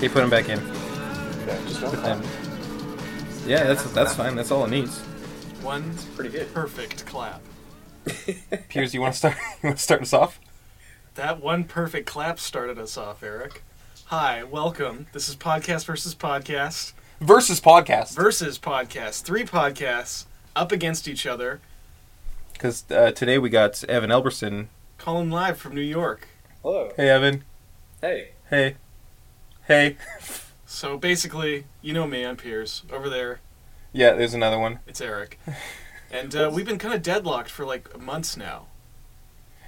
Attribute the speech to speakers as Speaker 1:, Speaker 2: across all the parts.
Speaker 1: He put him back in.
Speaker 2: Okay, just
Speaker 1: Put
Speaker 2: don't
Speaker 1: them.
Speaker 2: climb.
Speaker 1: Yeah, that's that's fine. That's all it needs.
Speaker 3: One
Speaker 2: Pretty good.
Speaker 3: perfect clap.
Speaker 1: Piers, you want to start? You want to start us off?
Speaker 3: That one perfect clap started us off, Eric. Hi, welcome. This is Podcast versus Podcast
Speaker 1: Versus podcast,
Speaker 3: versus Podcast. Three podcasts up against each other.
Speaker 1: because uh, today we got Evan Elberson.
Speaker 3: Calling live from New York.
Speaker 2: Hello.
Speaker 1: Hey, Evan.
Speaker 2: Hey.
Speaker 1: Hey. Hey.
Speaker 3: So basically, you know me, I'm Piers. Over there,
Speaker 1: Yeah, there's another one.
Speaker 3: it's Eric. And uh, we've been kind of deadlocked for like months now.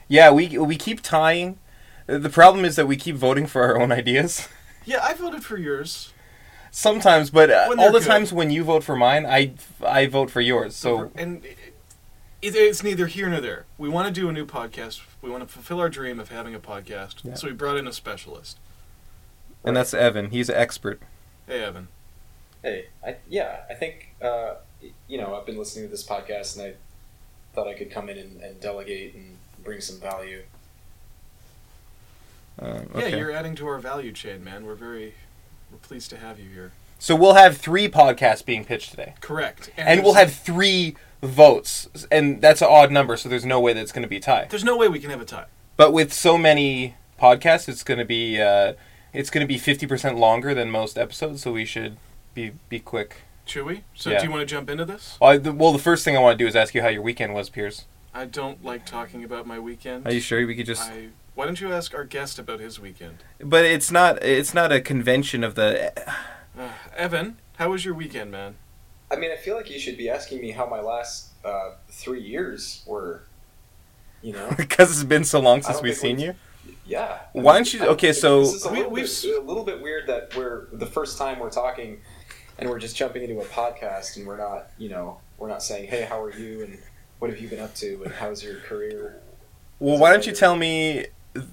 Speaker 1: Yeah, we we keep tying. The problem is that we keep voting for our own ideas
Speaker 3: Yeah, I voted for yours.
Speaker 1: sometimes, but uh,
Speaker 3: When they're
Speaker 1: all the
Speaker 3: good.
Speaker 1: times when you vote for mine, I I vote for yours. So
Speaker 3: and it, it- it's neither here nor there. We want to do a new podcast. We want to fulfill our dream of having a podcast.
Speaker 1: Yeah.
Speaker 3: So we brought in a specialist.
Speaker 1: and that's Evan. He's an expert.
Speaker 3: Hey, Evan.
Speaker 2: Hey. I, yeah, I think, uh, y- you know, I've been listening to this podcast and I thought I could come in and, and delegate and bring some value.
Speaker 1: Um, okay.
Speaker 3: Yeah, you're adding to our value chain, man. We're very we're pleased to have you here.
Speaker 1: so we'll have three podcasts being pitched today.
Speaker 3: Correct.
Speaker 1: and we'll
Speaker 3: there's-
Speaker 1: have three votes, and that's an odd number, so there's no way that's going to be a tie.
Speaker 3: There's no way we can have a tie.
Speaker 1: But with so many podcasts, it's going to be uh, it's going to be fifty percent longer than most episodes, so we should be be quick.
Speaker 3: Should we? So
Speaker 1: Yeah.
Speaker 3: do you want to jump into this?
Speaker 1: Well, I, the, well, the first thing I want to do is ask you how your weekend was, Pierce.
Speaker 3: I don't like talking about my weekend.
Speaker 1: Are you sure we could just?
Speaker 3: I, why don't you ask our guest about his weekend?
Speaker 1: But it's not it's not a convention of the.
Speaker 3: Uh, Evan, how was your weekend, man?
Speaker 2: I mean, I feel like you should be asking me how my last uh, three years were. You know?
Speaker 1: Because it's been so long
Speaker 2: I
Speaker 1: since
Speaker 2: don't
Speaker 1: we've
Speaker 2: think
Speaker 1: seen
Speaker 2: we-
Speaker 1: you.
Speaker 2: Yeah.
Speaker 1: Why don't you-
Speaker 2: I-
Speaker 1: okay, so-
Speaker 2: This is a
Speaker 3: We-
Speaker 2: little,
Speaker 3: we've
Speaker 2: bit,
Speaker 3: s-
Speaker 2: a little bit weird that we're the first time we're talking and we're just jumping into a podcast and we're not, you know, we're not saying, hey, how are you and what have you been up to and how's your career?
Speaker 1: Well, why don't you tell me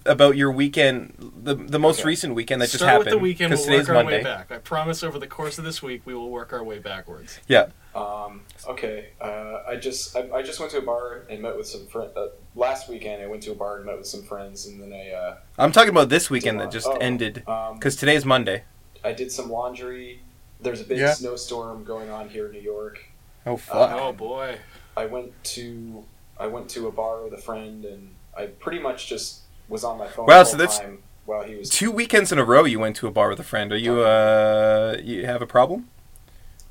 Speaker 1: about your weekend, the the most
Speaker 2: Okay.
Speaker 1: recent weekend that just
Speaker 3: Start
Speaker 1: happened?
Speaker 3: with the weekend. We'll
Speaker 1: today's
Speaker 3: work our
Speaker 1: Monday.
Speaker 3: way back. I promise. Over the course of this week, we will work our way backwards.
Speaker 1: Yeah.
Speaker 2: Um, okay, uh, I just I, I just went to a bar and met with some friends uh, last weekend. I went to a bar and met with some friends, and then I uh,
Speaker 1: I'm talking about this weekend
Speaker 2: did
Speaker 1: that
Speaker 2: la-
Speaker 1: just
Speaker 2: oh,
Speaker 1: ended.
Speaker 2: Um,
Speaker 1: Because today's Monday.
Speaker 2: I did some laundry. There's a big
Speaker 1: Yeah.
Speaker 2: snowstorm going on here in New York.
Speaker 1: Oh fuck.
Speaker 3: Oh boy.
Speaker 2: I went to I went to a bar with a friend, and I pretty much just was on my phone.
Speaker 1: Wow,
Speaker 2: the
Speaker 1: so
Speaker 2: whole
Speaker 1: that's-
Speaker 2: time while he was.
Speaker 1: Two weekends in a row, you went to a bar with a friend. Are you
Speaker 3: Oh.
Speaker 1: uh, you have a problem?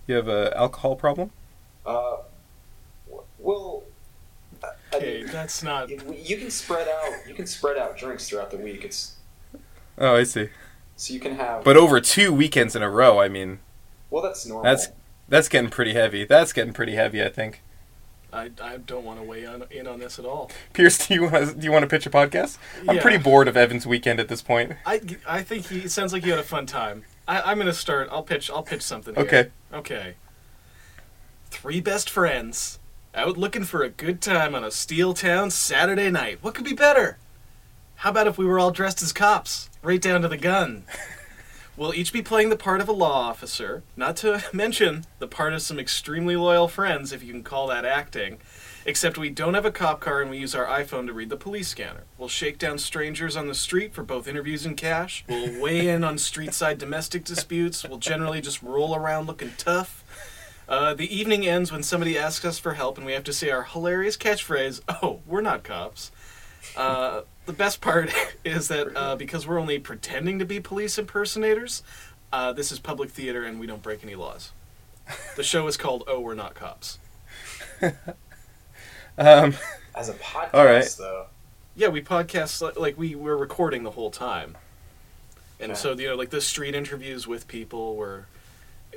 Speaker 1: You have a alcohol problem?
Speaker 2: Uh, w- well, I- I
Speaker 3: Okay,
Speaker 2: mean,
Speaker 3: that's not.
Speaker 2: you- you can spread out you can spread out drinks throughout the week. It's
Speaker 1: Oh, I see.
Speaker 2: so you can have.
Speaker 1: But over two weekends in a row, I mean,
Speaker 2: well, that's normal.
Speaker 1: that's that's getting pretty heavy. That's getting pretty heavy, I think.
Speaker 3: I, I don't want to weigh on, in on this at all.
Speaker 1: Pierce, do you want to, do you want to pitch a podcast? I'm
Speaker 3: Yeah.
Speaker 1: pretty bored of Evan's weekend at this point.
Speaker 3: I, I think he it sounds like you had a fun time. I, I'm gonna start. I'll pitch. I'll pitch something. here.
Speaker 1: Okay.
Speaker 3: Okay. Three best friends out looking for a good time on a steel town Saturday night. What could be better? How about if we were all dressed as cops, right down to the gun? We'll each be playing the part of a law officer, not to mention the part of some extremely loyal friends, if you can call that acting. Except we don't have a cop car and we use our iPhone to read the police scanner. We'll shake down strangers on the street for both interviews and cash. We'll weigh in on street side domestic disputes. We'll generally just roll around looking tough. Uh, the evening ends when somebody asks us for help and we have to say our hilarious catchphrase, Oh, we're not cops. Uh, the best part is that uh, because we're only pretending to be police impersonators, uh, this is public theater and we don't break any laws. The show is called Oh, We're Not Cops.
Speaker 1: Um,
Speaker 2: as a podcast,
Speaker 1: All right.
Speaker 2: though.
Speaker 3: Yeah, we podcast li- like we were recording the whole time, and
Speaker 2: Yeah.
Speaker 3: so you know, like the street interviews with people were.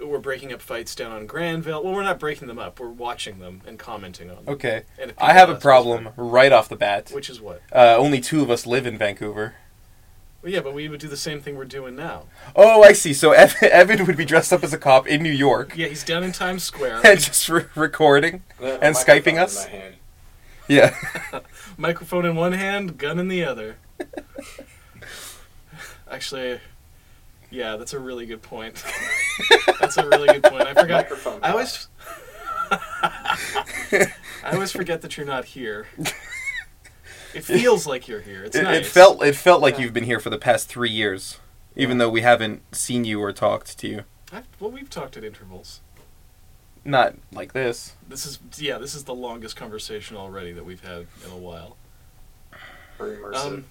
Speaker 3: We're breaking up fights down on Granville. Well, we're not breaking them up. We're watching them and commenting on them.
Speaker 1: okay,
Speaker 3: And if
Speaker 1: I
Speaker 3: people
Speaker 1: have a
Speaker 3: ask us
Speaker 1: problem
Speaker 3: about
Speaker 1: right off the bat.
Speaker 3: it, Which is what?
Speaker 1: Uh, only two of us live in Vancouver.
Speaker 3: Well, yeah, but we would do the same thing we're doing now.
Speaker 1: Oh, I see. So Ev- Evan would be dressed up as a cop in New York
Speaker 3: Yeah, he's down in Times Square.
Speaker 1: and just re- recording.
Speaker 2: Uh,
Speaker 1: And
Speaker 2: microphone
Speaker 1: Skyping
Speaker 2: in
Speaker 1: us?
Speaker 2: my hand.
Speaker 1: Yeah.
Speaker 3: Microphone in one hand, gun in the other. Actually, yeah, that's a really good point. that's a really good point. I forgot.
Speaker 2: Microphone.
Speaker 3: I always. I always forget that you're not here. It feels like you're here. It's
Speaker 1: It,
Speaker 3: nice.
Speaker 1: it felt it felt like
Speaker 2: Yeah.
Speaker 1: you've been here for the past three years. even though we haven't seen you or talked to you.
Speaker 3: I, well, we've talked at intervals.
Speaker 1: Not like this.
Speaker 3: This is yeah. This is the longest conversation already that we've had in a while.
Speaker 2: Very immersive.
Speaker 3: Um,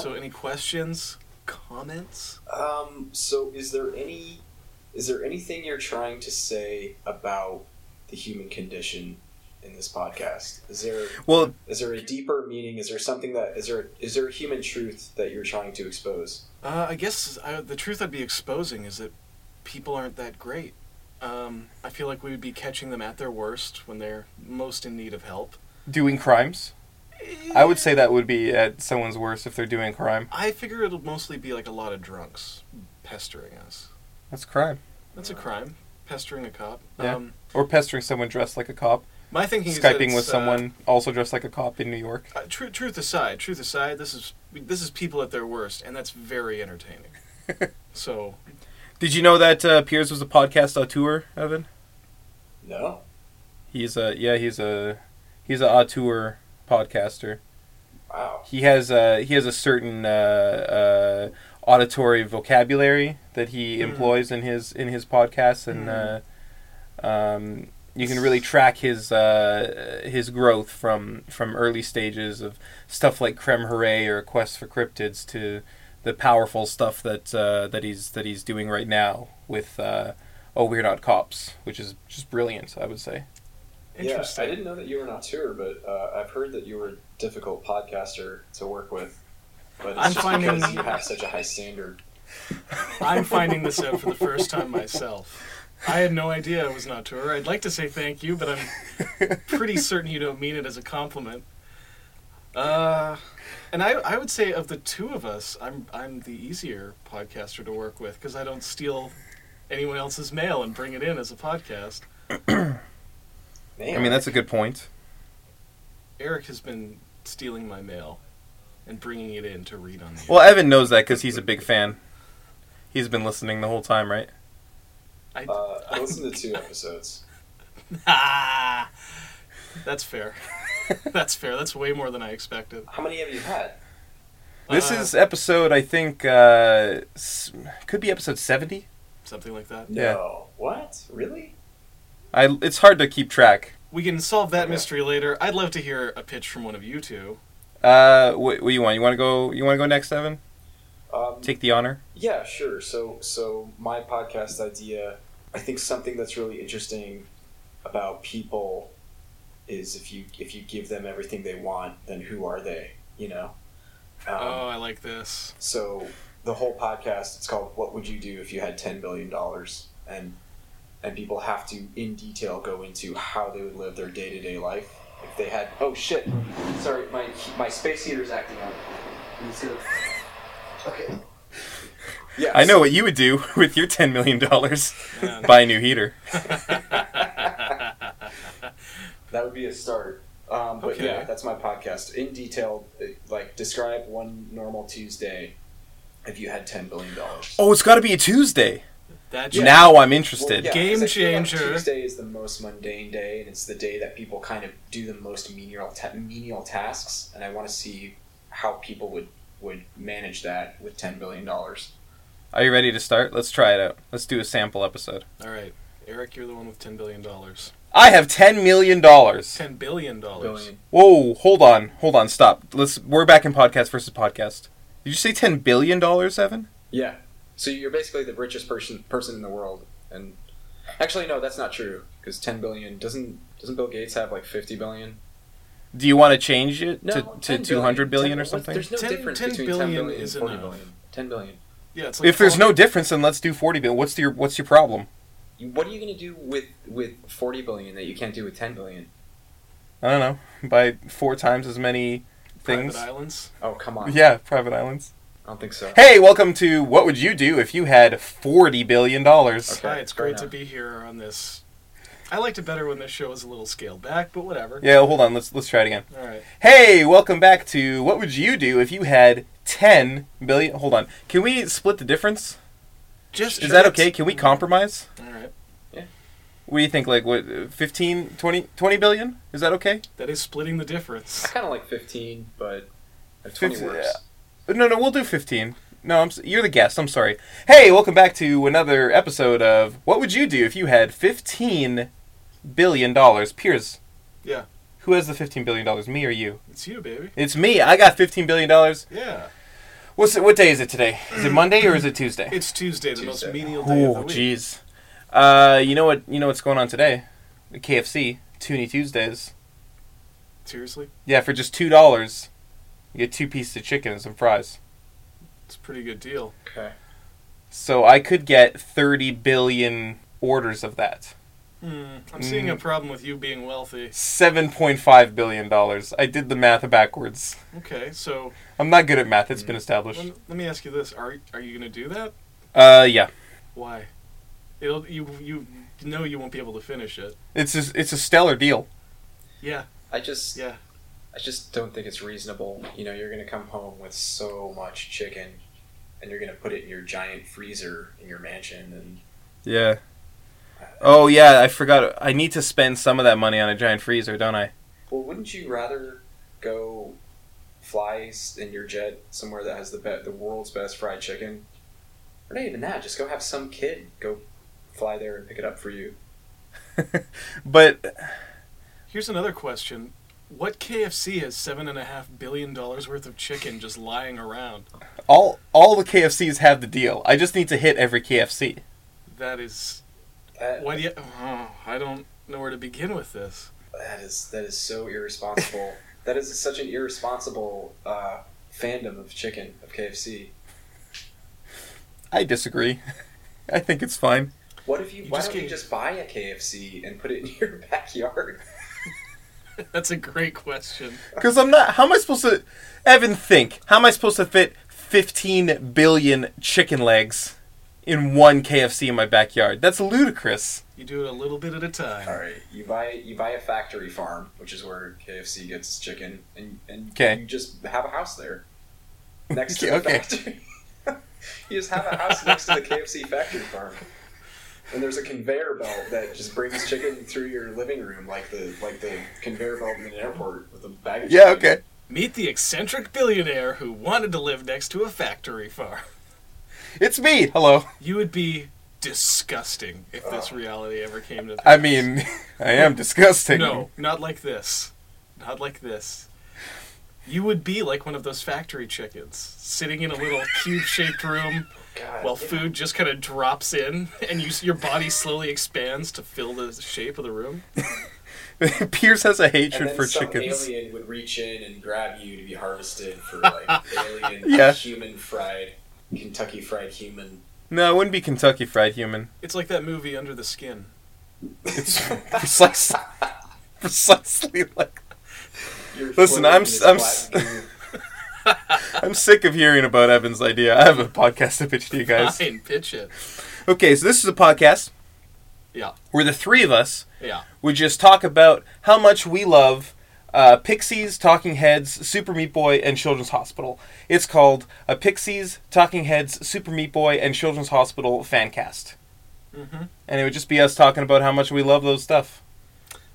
Speaker 3: so any questions, comments?
Speaker 2: Um, so is there any is there anything you're trying to say about the human condition in this podcast? Is there
Speaker 1: Well,
Speaker 2: is there a deeper meaning? Is there something that is there is there a human truth that you're trying to expose?
Speaker 3: Uh, I guess I, the truth I'd be exposing is that people aren't that great. Um, I feel like we would be catching them at their worst when they're most in need of help.
Speaker 1: doing crimes. I would say that would be at someone's worst if they're doing crime.
Speaker 3: I figure it'll mostly be like a lot of drunks pestering us.
Speaker 1: That's crime.
Speaker 3: That's a crime. Pestering a cop.
Speaker 1: Yeah.
Speaker 3: Um,
Speaker 1: Or pestering someone dressed like a cop.
Speaker 3: my thinking is that
Speaker 1: Skyping
Speaker 3: it's,
Speaker 1: with
Speaker 3: uh,
Speaker 1: someone also dressed like a cop in New York.
Speaker 3: Uh, tru- truth aside, truth aside, this is this is people at their worst, and that's very entertaining. so
Speaker 1: Did you know that uh, Piers was a podcast auteur, Evan?
Speaker 2: No.
Speaker 1: He's a yeah, he's a he's a auteur podcaster.
Speaker 2: Wow.
Speaker 1: He has a he has a certain uh, uh, auditory vocabulary that he
Speaker 3: Mm.
Speaker 1: employs in his in his podcasts, and
Speaker 3: Mm-hmm.
Speaker 1: uh, um, you can really track his uh, his growth from from early stages of stuff like Creme Hooray or Quest for Cryptids to the powerful stuff that uh, that he's that he's doing right now with uh, Oh We're Not Cops, which is just brilliant, I would say.
Speaker 2: Yeah,
Speaker 3: interesting.
Speaker 2: I didn't know that you were an auteur, but uh, I've heard that you were a difficult podcaster to work with. But it's
Speaker 3: I'm
Speaker 2: just
Speaker 3: finding-
Speaker 2: because you have such a high standard.
Speaker 3: I'm finding this out for the first time myself. I had no idea I was an auteur. I'd like to say thank you, but I'm pretty certain you don't mean it as a compliment. Uh, and I, I would say of the two of us, I'm I'm the easier podcaster to work with because I don't steal anyone else's mail and bring it in as a podcast.
Speaker 2: Man,
Speaker 1: I mean, that's a good point.
Speaker 3: Eric has been stealing my mail and bringing it in to read on the
Speaker 1: Well, Evan knows that because he's a big fan. He's been listening the whole time, right?
Speaker 3: I,
Speaker 2: Uh, I listened to two episodes.
Speaker 3: Ah, that's fair. That's fair. That's way more than I expected.
Speaker 2: How many have you had?
Speaker 1: This
Speaker 3: Uh,
Speaker 2: Uh-huh.
Speaker 1: is episode, I think, uh, s- could be episode seventy.
Speaker 3: something like that.
Speaker 1: Yeah.
Speaker 2: No. What? Really?
Speaker 1: I it's hard to keep track.
Speaker 3: We can solve that
Speaker 2: Okay.
Speaker 3: mystery later. I'd love to hear a pitch from one of you two.
Speaker 1: Uh, what, what do you want? You want to go? You want to go next, Evan?
Speaker 2: Um,
Speaker 1: Take the honor.
Speaker 2: Yeah, sure. So, so my podcast idea, I think something that's really interesting about people is if you if you give them everything they want, then who are they? You know. Um,
Speaker 3: oh, I like this.
Speaker 2: So the whole podcast it's called "What Would You Do If You Had Ten Billion Dollars?" and and people have to in detail go into how they would live their day to day life if they had. Oh shit! Sorry, my my space heater's acting up. And it's gonna- Okay. Yeah,
Speaker 1: I know what you would do with your ten million dollars.
Speaker 3: Man.
Speaker 1: Buy a new heater.
Speaker 2: That would be a start. Um, but
Speaker 3: Okay.
Speaker 2: yeah, that's my podcast. In detail, uh, like describe one normal Tuesday if you had ten billion dollars.
Speaker 1: Oh, it's got to be a Tuesday.
Speaker 3: That
Speaker 2: Yeah.
Speaker 1: Now I'm interested.
Speaker 2: Well, yeah,
Speaker 3: Game
Speaker 2: 'cause I feel like
Speaker 3: changer.
Speaker 2: Tuesday is the most mundane day, and it's the day that people kind of do the most menial ta- menial tasks. And I want to see how people would would manage that with ten billion dollars.
Speaker 1: Are you ready to start? Let's try it out. Let's do a sample episode.
Speaker 3: All right, Eric, you're the one with ten billion dollars.
Speaker 1: I have ten million dollars.
Speaker 3: Ten billion dollars.
Speaker 2: Billion.
Speaker 1: Whoa, hold on, hold on, stop. Let's. We're back in podcast versus podcast. Did you say ten billion dollars, Evan?
Speaker 2: Yeah. So you're basically the richest person person in the world, and actually, no, that's not true because ten billion doesn't doesn't Bill Gates have like fifty billion?
Speaker 1: Do you want to change it
Speaker 2: No,
Speaker 1: to,
Speaker 2: 10
Speaker 1: to 200 billion
Speaker 2: Ten-
Speaker 1: or something?
Speaker 2: There's no
Speaker 3: 10
Speaker 2: difference
Speaker 3: 10
Speaker 2: between
Speaker 3: billion
Speaker 2: 10 billion and
Speaker 3: is
Speaker 2: 40
Speaker 3: enough.
Speaker 2: billion. 10 billion.
Speaker 3: Yeah, it's like
Speaker 1: If there's
Speaker 3: calling-
Speaker 1: no difference, then let's do 40 billion. What's your what's your problem?
Speaker 2: You- What are you going to do with, with 40 billion that you can't do with 10 billion?
Speaker 1: I don't know. Buy four times as many
Speaker 3: private
Speaker 1: things.
Speaker 3: islands.
Speaker 2: Oh, come on.
Speaker 1: Yeah, private islands.
Speaker 2: I don't think so.
Speaker 1: Hey, welcome to What Would You Do If You Had 40 billion dollars?
Speaker 2: Okay,
Speaker 3: Hi, it's
Speaker 2: fair
Speaker 3: great to
Speaker 2: enough.
Speaker 3: be here on this. I liked it better when this show was a little scaled back, but whatever.
Speaker 1: Yeah, hold on. Let's let's try it again.
Speaker 3: All right.
Speaker 1: Hey, welcome back to What Would You Do If You Had 10 billion Hold on. Can we split the difference?
Speaker 3: Just
Speaker 1: Is that okay?
Speaker 3: Mm.
Speaker 1: Can we compromise?
Speaker 3: All right.
Speaker 1: What do you think like what uh, 15 20 20 billion? Is that okay?
Speaker 3: That is splitting the
Speaker 2: I
Speaker 3: difference.
Speaker 2: kind of like 15, but if 20
Speaker 1: 15,
Speaker 2: works.
Speaker 1: No, no, we'll do 15. No, I'm, s- you're the guest. I'm sorry. Hey, welcome back to another episode of What Would You Do If You Had $15 billion? Piers.
Speaker 3: Yeah.
Speaker 1: Who has the $15 billion? Me or you?
Speaker 3: It's you, baby.
Speaker 1: It's me. I got $15 billion.
Speaker 3: Yeah.
Speaker 1: What's it, what day is it today? Is it Monday or is it Tuesday?
Speaker 3: It's Tuesday, the most
Speaker 2: Tuesday.
Speaker 3: menial day of the
Speaker 1: Oh,
Speaker 3: week.
Speaker 1: jeez. Uh, you know what? You know what's going on today? The KFC Toonie Tuesdays.
Speaker 3: Seriously?
Speaker 1: Yeah, for just two dollars, you get two pieces of chicken and some fries.
Speaker 3: It's a pretty good deal.
Speaker 2: Okay.
Speaker 1: So I could get thirty billion orders of that.
Speaker 3: Hmm. I'm seeing a
Speaker 1: Mm.
Speaker 3: problem with you being wealthy.
Speaker 1: Seven point five billion dollars. I did the math backwards.
Speaker 3: Okay, so
Speaker 1: I'm not good at math. It's been established.
Speaker 3: let, let me ask you this: Are are you going to do that?
Speaker 1: Uh, yeah.
Speaker 3: Why? It'll you you know you won't be able to finish it.
Speaker 1: It's a, it's a stellar deal.
Speaker 3: Yeah,
Speaker 2: I just
Speaker 3: yeah.
Speaker 2: I just don't think it's reasonable. You know, you're gonna come home with so much chicken, and you're gonna put it in your giant freezer in your mansion, and
Speaker 1: Yeah. Oh yeah, I forgot. I need to spend some of that money on a giant freezer, don't I?
Speaker 2: well, wouldn't you rather go flies in your jet somewhere that has the be- the world's best fried chicken, or not even that? Just go have some kid go fly there and pick it up for you.
Speaker 1: But
Speaker 3: Here's another question: What KFC has seven and a half billion dollars worth of chicken just lying around?
Speaker 1: all all the KFCs have the deal. I just need to hit every KFC.
Speaker 3: That is
Speaker 2: That,
Speaker 3: why do you? Oh, I don't know where to begin with this.
Speaker 2: That is that is so irresponsible. that is such an irresponsible uh, fandom of chicken of KFC.
Speaker 1: I disagree. I think it's fine.
Speaker 2: What if you,
Speaker 3: You
Speaker 2: why
Speaker 3: just
Speaker 2: don't you
Speaker 3: can't-
Speaker 2: just buy a KFC and put it in your backyard?
Speaker 3: That's a great question.
Speaker 1: Because I'm not. How am I supposed to. Evan, think. How am I supposed to fit 15 billion chicken legs in one KFC in my backyard? That's ludicrous.
Speaker 3: You do it a little bit at a time.
Speaker 2: All right, you buy you buy a factory farm, which is where KFC gets its chicken, and and
Speaker 1: Okay.
Speaker 2: you just have a house there next to the
Speaker 1: Okay.
Speaker 2: factory. you just have a house next to the KFC factory farm, and there's a conveyor belt that just brings chicken through your living room, like the like the conveyor belt in an airport with a bag. Of chicken.
Speaker 3: Meet the eccentric billionaire who wanted to live next to a factory farm.
Speaker 1: It's me. Hello.
Speaker 3: You would be disgusting if this
Speaker 2: Oh.
Speaker 3: reality ever came to.
Speaker 1: I
Speaker 3: pass.
Speaker 1: mean, I am disgusting.
Speaker 3: No, not like this. Not like this. You would be like one of those factory chickens, sitting in a little cube-shaped room
Speaker 2: God,
Speaker 3: while
Speaker 2: yeah.
Speaker 3: food just kind of drops in, and you, s- your body slowly expands to fill the shape of the room.
Speaker 1: Pierce has a
Speaker 2: And
Speaker 1: hatred
Speaker 2: then
Speaker 1: for
Speaker 2: some
Speaker 1: chickens.
Speaker 2: alien would reach in and grab you to be harvested for like alien
Speaker 1: Yeah.
Speaker 2: human fried Kentucky fried human.
Speaker 1: No, it wouldn't be Kentucky Fried Human.
Speaker 3: It's like that movie Under the Skin.
Speaker 1: It's precisely, precisely like.
Speaker 2: You're
Speaker 1: Listen,
Speaker 2: floating
Speaker 1: I'm
Speaker 2: in this
Speaker 1: s- I'm
Speaker 2: black
Speaker 1: s-
Speaker 2: goo.
Speaker 1: I'm sick of hearing about Evan's idea. I have a podcast to pitch to you guys.
Speaker 3: Fine, pitch it.
Speaker 1: Okay, so this is a podcast.
Speaker 3: Yeah.
Speaker 1: Where the three of us
Speaker 3: Yeah.
Speaker 1: would just talk about how much we love uh, Pixies, Talking Heads, Super Meat Boy, and Children's Hospital. It's called a Pixies, Talking Heads, Super Meat Boy, and Children's Hospital fan cast.
Speaker 3: hmm
Speaker 1: And it would just be us talking about how much we love those stuff.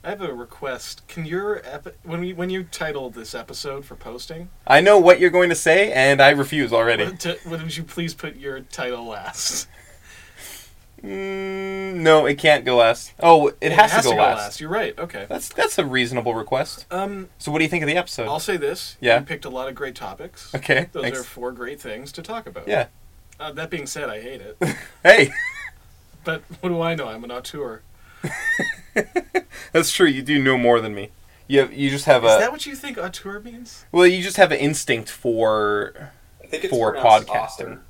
Speaker 3: I have a request. Can your epi- when we when you titled this episode for posting,
Speaker 1: I know what you're going to say, and I refuse already.
Speaker 3: would, to, would you please put your title last?
Speaker 1: Mm, no, it can't go last. Oh, it, has, to go, last. Uh,
Speaker 3: You're right. Okay.
Speaker 1: That's that's a reasonable request.
Speaker 3: Um,
Speaker 1: So, what do you think of the episode?
Speaker 3: I'll say this.
Speaker 1: uh, Yeah.
Speaker 3: You picked a lot of great topics.
Speaker 1: okay,
Speaker 3: Those
Speaker 1: thanks.
Speaker 3: are four great things to talk about.
Speaker 1: Yeah.
Speaker 3: Uh, that being said, I hate it.
Speaker 1: Hey,
Speaker 3: But what do I know? I'm an auteur.
Speaker 1: that's true. You do know more than me. You have, you just have a
Speaker 3: Is that what you think auteur means?
Speaker 1: Well, you just have an instinct for.
Speaker 2: I think it's
Speaker 1: For
Speaker 2: pronounced
Speaker 1: podcasting.
Speaker 2: author.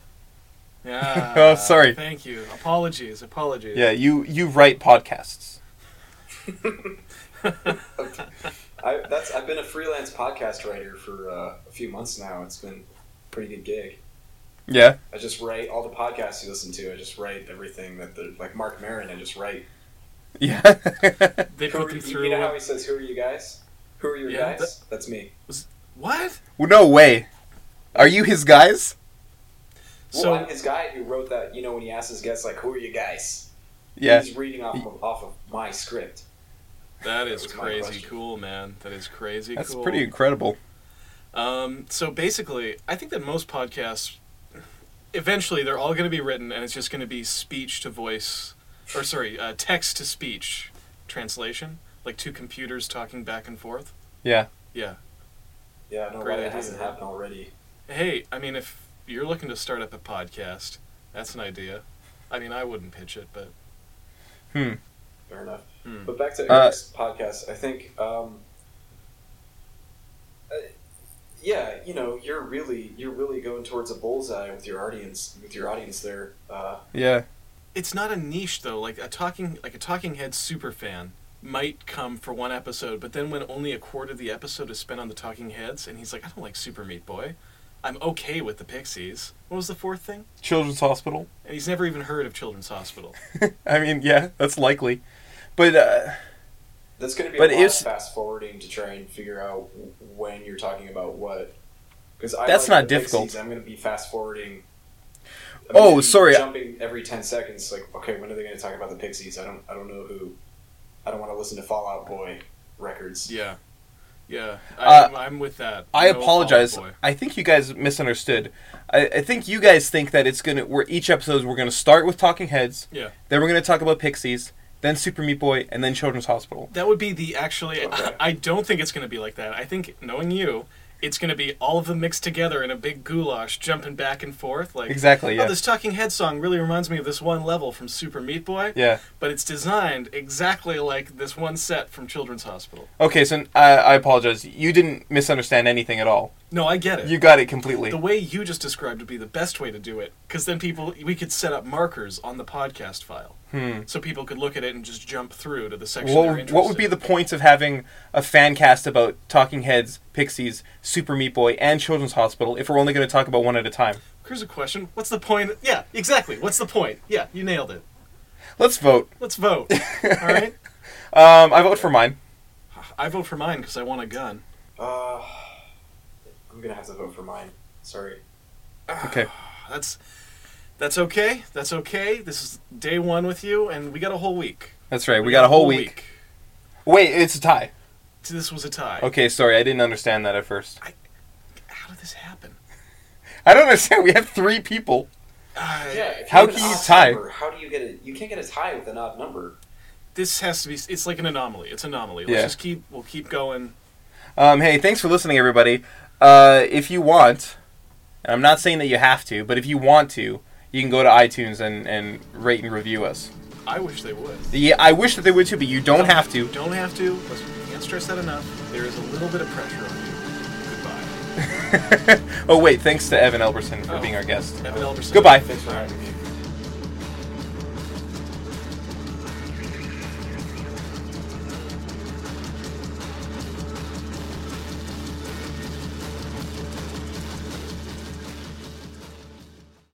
Speaker 3: Yeah.
Speaker 1: Oh, sorry.
Speaker 3: Thank you. Apologies. Apologies.
Speaker 1: Yeah, you you write podcasts.
Speaker 2: I, that's I've been a freelance podcast writer for uh, a few months now. It's been a pretty good gig.
Speaker 1: Yeah.
Speaker 2: I just write all the podcasts you listen to. I just write everything that the like Mark Maron. I just write.
Speaker 1: Yeah.
Speaker 3: They
Speaker 2: Who
Speaker 3: put
Speaker 2: are
Speaker 3: them
Speaker 2: you,
Speaker 3: through.
Speaker 2: you know how he says, "Who are you guys? Who are your
Speaker 3: Yeah,
Speaker 2: guys?" That's me.
Speaker 3: what?
Speaker 1: well, no way. Are you his guys?
Speaker 3: So
Speaker 2: well, I'm his guy who wrote that. You know, when he asks his guests, like, "Who are you guys?"
Speaker 1: Yeah.
Speaker 2: He's reading off of, off of my script.
Speaker 3: that is
Speaker 2: That was my
Speaker 3: crazy
Speaker 2: question.
Speaker 3: cool, man. That is crazy
Speaker 1: That's
Speaker 3: cool.
Speaker 1: pretty incredible.
Speaker 3: Um, so basically, I think that most podcasts eventually they're all going to be written, and it's just going to be speech to voice, or sorry, uh, text to speech translation, like two computers talking back and forth.
Speaker 1: Yeah.
Speaker 3: Yeah.
Speaker 2: Yeah, I don't know
Speaker 3: Great
Speaker 2: why it
Speaker 3: idea.
Speaker 2: hasn't happened already.
Speaker 3: Hey, I mean, if you're looking to start up a podcast, that's an idea. I mean, I wouldn't pitch it, but
Speaker 2: Fair enough.
Speaker 3: Hmm.
Speaker 2: But back to
Speaker 1: Uh,
Speaker 2: Eric's podcast, I think, um, uh, yeah, you know, you're really you're really going towards a bullseye with your audience with your audience there. Uh,
Speaker 1: Yeah.
Speaker 3: it's not a niche though. Like a talking, like a talking head super fan might come for one episode, but then when only a quarter of the episode is spent on the talking heads, and he's like, I don't like Super Meat Boy. I'm okay with the Pixies. What was the fourth thing?
Speaker 1: Children's Hospital.
Speaker 3: And he's never even heard of Children's Hospital.
Speaker 1: I mean, yeah, that's likely. But uh,
Speaker 2: that's going to be
Speaker 1: But
Speaker 2: a lot of
Speaker 1: it's-
Speaker 2: fast forwarding to try and figure out when you're talking about what. Because
Speaker 1: That's
Speaker 2: like
Speaker 1: not
Speaker 2: the
Speaker 1: difficult.
Speaker 2: Pixies, I'm going to be fast forwarding. I'm
Speaker 1: Oh,
Speaker 2: gonna be
Speaker 1: sorry.
Speaker 2: Jumping every ten seconds, like okay, when are they going to talk about the Pixies? I don't, I don't know who. I don't want to listen to Fallout Boy records.
Speaker 3: yeah, yeah.
Speaker 1: Uh,
Speaker 3: I'm, I'm with that.
Speaker 1: I
Speaker 3: No Fall Out
Speaker 1: apologize.
Speaker 3: Boy.
Speaker 1: I think you guys misunderstood. I, I think you guys think that it's gonna. We're each episode. We're gonna start with Talking Heads.
Speaker 3: Yeah.
Speaker 1: Then we're gonna talk about Pixies. Then Super Meat Boy, and then Children's Hospital.
Speaker 3: That would be the actually.
Speaker 2: Okay.
Speaker 3: I don't think it's going to be like that. I think knowing you, it's going to be all of them mixed together in a big goulash, jumping back and forth. Like
Speaker 1: Exactly.
Speaker 3: Oh,
Speaker 1: Yeah.
Speaker 3: this Talking Head song really reminds me of this one level from Super Meat Boy.
Speaker 1: Yeah.
Speaker 3: But it's designed exactly like this one set from Children's Hospital.
Speaker 1: Okay. So I, I apologize. You didn't misunderstand anything at all.
Speaker 3: No, I get it.
Speaker 1: You got it completely.
Speaker 3: the way you just described would be the best way to do it, because then people we could set up markers on the podcast file,
Speaker 1: Hmm.
Speaker 3: so people could look at it and just jump through to the section they're
Speaker 1: What,
Speaker 3: interested.
Speaker 1: what would be
Speaker 3: in.
Speaker 1: the points of having a fan cast about Talking Heads, Pixies, Super Meat Boy, and Children's Hospital if we're only going to talk about one at a time?
Speaker 3: Here's a question. What's the point? Yeah, exactly. What's the point? Yeah, you nailed it.
Speaker 1: Let's vote.
Speaker 3: Let's vote. All right.
Speaker 1: Um, I vote for mine.
Speaker 3: I vote for mine because I want a gun.
Speaker 2: Uh, I'm gonna have to vote for mine. Sorry.
Speaker 1: Okay.
Speaker 3: That's that's okay. That's okay. This is day one with you, and we got a whole week.
Speaker 1: That's right. We got a whole week. Wait, it's a tie.
Speaker 3: This was a tie.
Speaker 1: Okay, sorry. I didn't understand that at first.
Speaker 3: How did this happen?
Speaker 1: I don't understand. We have three people.
Speaker 3: Uh,
Speaker 2: if
Speaker 1: How
Speaker 2: have an
Speaker 1: can you
Speaker 2: odd
Speaker 1: tie?
Speaker 2: number, how do you get a? You can't get a tie with an odd number.
Speaker 3: This has to be. It's like an anomaly. It's an anomaly. Let's
Speaker 1: Yeah.
Speaker 3: just keep. We'll keep going.
Speaker 1: Um, hey, thanks for listening, everybody. Uh, if you want, and I'm not saying that you have to, but if you want to, you can go to iTunes and, and rate and review us.
Speaker 3: I wish they would.
Speaker 1: Yeah, I wish that they would too, but you don't have to.
Speaker 3: Don't have to. Listen, we can't stress that enough. There is a little bit of pressure on you. Goodbye.
Speaker 1: oh wait, thanks to Evan Elberson for
Speaker 3: Oh.
Speaker 1: being our guest.
Speaker 3: Evan Elberson.
Speaker 1: Goodbye.
Speaker 2: Thanks for having me.